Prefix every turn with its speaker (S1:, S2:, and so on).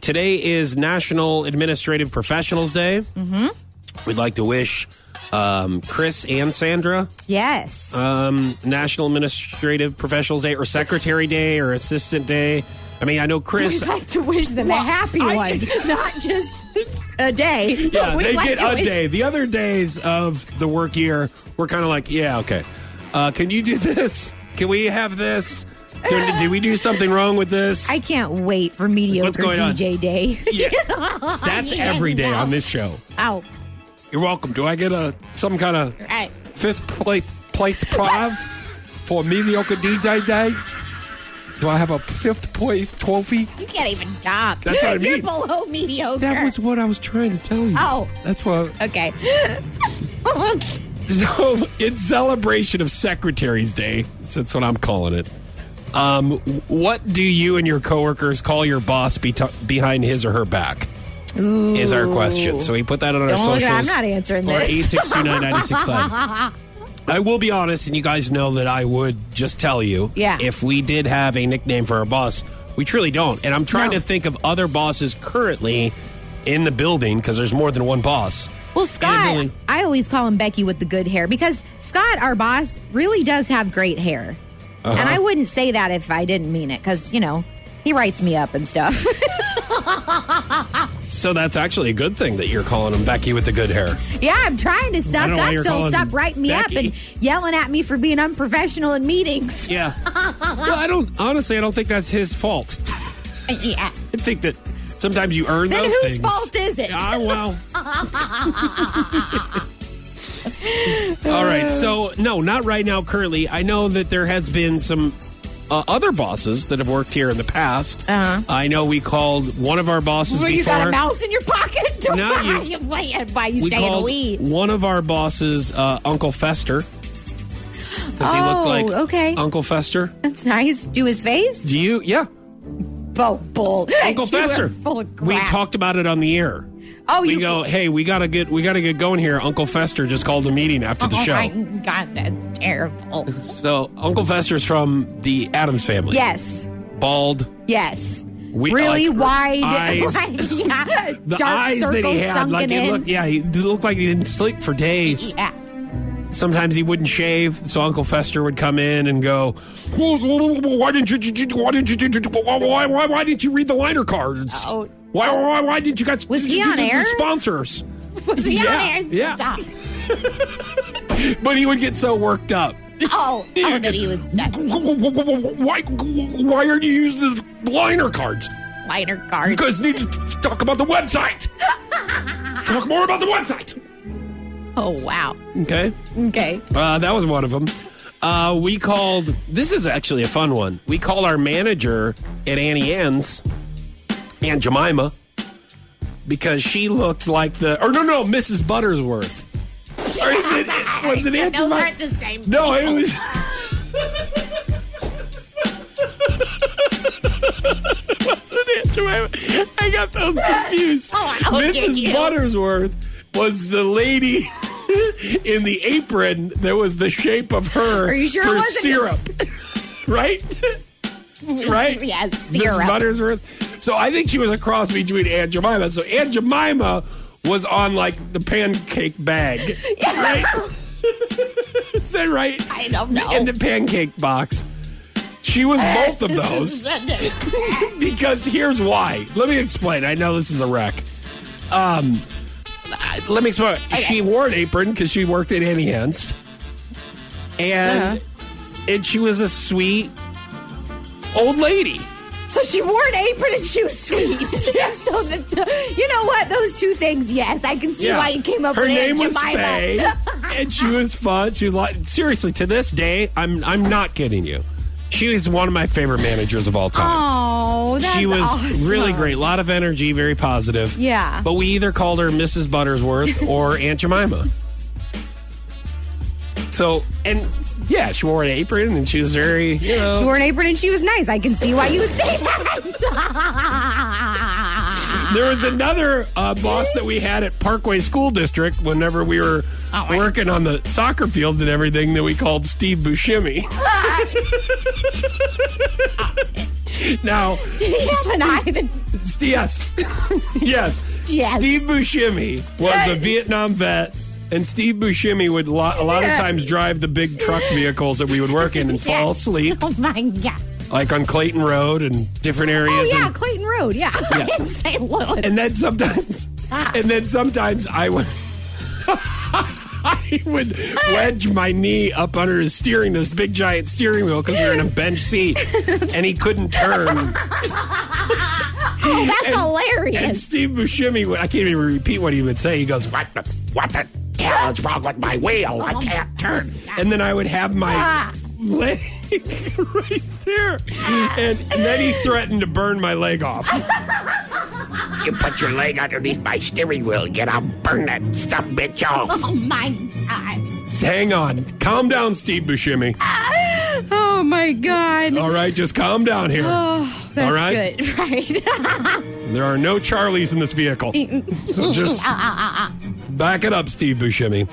S1: Today is National Administrative Professionals Day.
S2: hmm
S1: We'd like to wish um, Chris and Sandra
S2: Yes.
S1: um, National Administrative Professionals Day or Secretary Day or Assistant Day. I mean, I know Chris.
S2: We'd like to wish them a happy one, not just a day.
S1: Yeah,
S2: We'd
S1: they
S2: like
S1: get
S2: to
S1: a
S2: wish-
S1: day. The other days of the work year, we're kind of like, yeah, okay. Uh, can you do this? Can we have this? Did, did we do something wrong with this?
S2: I can't wait for mediocre
S1: going on?
S2: DJ Day.
S1: Yeah. That's every day on this show.
S2: Ow.
S1: You're welcome. Do I get a some kind of
S2: Right.
S1: fifth place place prize for mediocre DJ day? Do I have a fifth place trophy?
S2: You can't even talk.
S1: That's what I
S2: You're
S1: mean.
S2: below mediocre.
S1: That was what I was trying to tell you.
S2: Oh.
S1: that's what.
S2: okay.
S1: So, in celebration of Secretary's Day, that's what I'm calling it. Um, what do you and your coworkers call your boss be behind his or her back? Is our question. So we put that on our
S2: Don't look
S1: socials.
S2: at- I'm not answering
S1: or
S2: this.
S1: 862-9965. I will be honest, and you guys know that I would just tell you.
S2: Yeah.
S1: If we did have a nickname for our boss, we truly don't. And I'm trying
S2: No.
S1: to think of other bosses currently in the building because there's more than one boss.
S2: Well, Scott,
S1: Emily.
S2: I always call him Becky with the good hair because Scott, our boss, really does have great hair.
S1: Uh-huh.
S2: And I wouldn't say that if I didn't mean it because, you know, he writes me up and stuff.
S1: So that's actually a good thing that you're calling him Becky with the good hair.
S2: yeah, I'm trying to
S1: I
S2: suck
S1: don't know why
S2: up
S1: you're
S2: so he'll
S1: calling
S2: stop writing me up
S1: Becky.
S2: and yelling at me for being unprofessional in meetings.
S1: Yeah. well, I don't honestly. I don't think that's his fault.
S2: yeah.
S1: I think that sometimes you earn
S2: Then
S1: those things.
S2: whose fault is it?
S1: Ah, well. All right. So no, not right now. Currently, I know that there has been some. Uh, other bosses that have worked here in the past.
S2: Uh-huh.
S1: I know we called one of our bosses
S2: Where you
S1: before.
S2: got a mouse in your pocket?
S1: No,
S2: why,
S1: you-
S2: why, why you
S1: we
S2: saying
S1: called
S2: we?
S1: one of our bosses uh, Uncle Fester because he looked
S2: Oh,
S1: like
S2: okay.
S1: Uncle Fester.
S2: That's nice. Do his face?
S1: Do you? Yeah,
S2: Bo bull.
S1: Uncle
S2: You are
S1: Fester.
S2: Full of
S1: We
S2: crap.
S1: talked about it on the air.
S2: Oh,
S1: we
S2: you
S1: go, hey, we gotta get we gotta get going here. Uncle Fester just called a meeting after the
S2: oh
S1: show.
S2: my god, that's terrible.
S1: So Uncle Fester's from the Adams family.
S2: yes,
S1: Bald.
S2: yes.
S1: We-
S2: really
S1: like,
S2: wide,
S1: eyes.
S2: like, yeah,
S1: The
S2: dark
S1: eyes
S2: circles
S1: that he had,
S2: sunken
S1: like
S2: in.
S1: it looked, yeah, he looked like he didn't sleep for days.
S2: yeah.
S1: Sometimes he wouldn't shave, so Uncle Fester would come in and go, "Why didn't you? Why didn't you? Why why why didn't you read the liner cards?
S2: Oh.
S1: Why why why didn't you guys?
S2: Was he on air?
S1: Sponsors."
S2: Was he
S1: Yeah,
S2: on there?
S1: yeah.
S2: Stop.
S1: But he would get so worked up.
S2: Oh, oh, that he would stop.
S1: Why, why are you using the liner cards?
S2: Minor cards.
S1: You guys need to t- talk about the website. talk more about the website.
S2: Oh wow.
S1: Okay.
S2: Okay.
S1: Uh, that was one of them. Uh, we called, this is actually a fun one. We called our manager at Annie Ann's, Aunt Jemima, because she looked like the, or no, no, Mrs. Buttersworth. Or is it, was it Aunt
S2: Those
S1: Jemima?
S2: aren't the same.
S1: No, it was. Wasn't it? Jemima? I got those confused.
S2: Oh, oh,
S1: Mrs.
S2: did you?
S1: Buttersworth was the lady in the apron that was the shape of her
S2: Are you sure it
S1: for
S2: wasn't-
S1: syrup, right? right?
S2: Yes.
S1: Mrs.
S2: Syrup.
S1: Buttersworth. So I think she was a cross between Aunt Jemima. So Aunt Jemima was on like the pancake bag, right? Is that right?
S2: I don't know.
S1: In the pancake box. She was both of
S2: This
S1: those
S2: is- that
S1: because here's why. Let me explain. I know this is a wreck. Um, I- let me explain. She wore an apron because she worked at Annie Ann's,
S2: Uh-huh.
S1: and and she was a sweet old lady.
S2: So she wore an apron and she was sweet.
S1: Yes.
S2: So that the, you know what? Those two things, yes, I can see why you came up
S1: Her
S2: with
S1: name
S2: Aunt
S1: was
S2: Jemima.
S1: Faye, and she was fun. She was like seriously to this day. I'm I'm not kidding you. She is one of my favorite managers of all time.
S2: Oh, that's
S1: she was
S2: awesome.
S1: really great. A lot of energy, very positive.
S2: Yeah.
S1: But we either called her Mrs. Buttersworth or Aunt Jemima. So, and yeah, she wore an apron and she was very, you know.
S2: She wore an apron and she was nice. I can see why you would say that.
S1: There was another uh, boss that we had at Parkway School District whenever we were
S2: Oh,
S1: working on the soccer fields and everything that we called Steve Buscemi. Now,
S2: Did he have an eye that
S1: it's- yes, yes,
S2: Yes.
S1: Steve Buscemi was a Vietnam vet. And Steve Buscemi would lo- a lot of
S2: Yeah.
S1: times drive the big truck vehicles that we would work in and fall
S2: Yes.
S1: asleep,
S2: Oh my god.
S1: like on Clayton Road and different
S2: Oh
S1: areas.
S2: yeah,
S1: and,
S2: Clayton Road. Yeah,
S1: Yeah.
S2: in St. Louis.
S1: and then sometimes,
S2: Ah.
S1: and then sometimes I would, I would wedge my knee up under his steering, this big giant steering wheel, because we were in a bench seat, and he couldn't turn.
S2: oh, that's
S1: And
S2: hilarious.
S1: Steve Buscemi, would- I can't even repeat what he would say. He goes, "What the what the hell is wrong with my wheel? I can't turn." And then I would have my
S2: Ah.
S1: leg right there, and, and then he threatened to burn my leg off.
S3: You put your leg underneath my steering wheel again, I'll burn that some bitch off.
S2: Oh my god.
S1: Hang on, calm down, Steve Buscemi.
S2: Oh my god.
S1: All right, just calm down here.
S2: Oh, that's
S1: All right.
S2: good. Right.
S1: There are
S2: Uh,
S1: no Charlies in this vehicle, so just back it up, Steve Buscemi.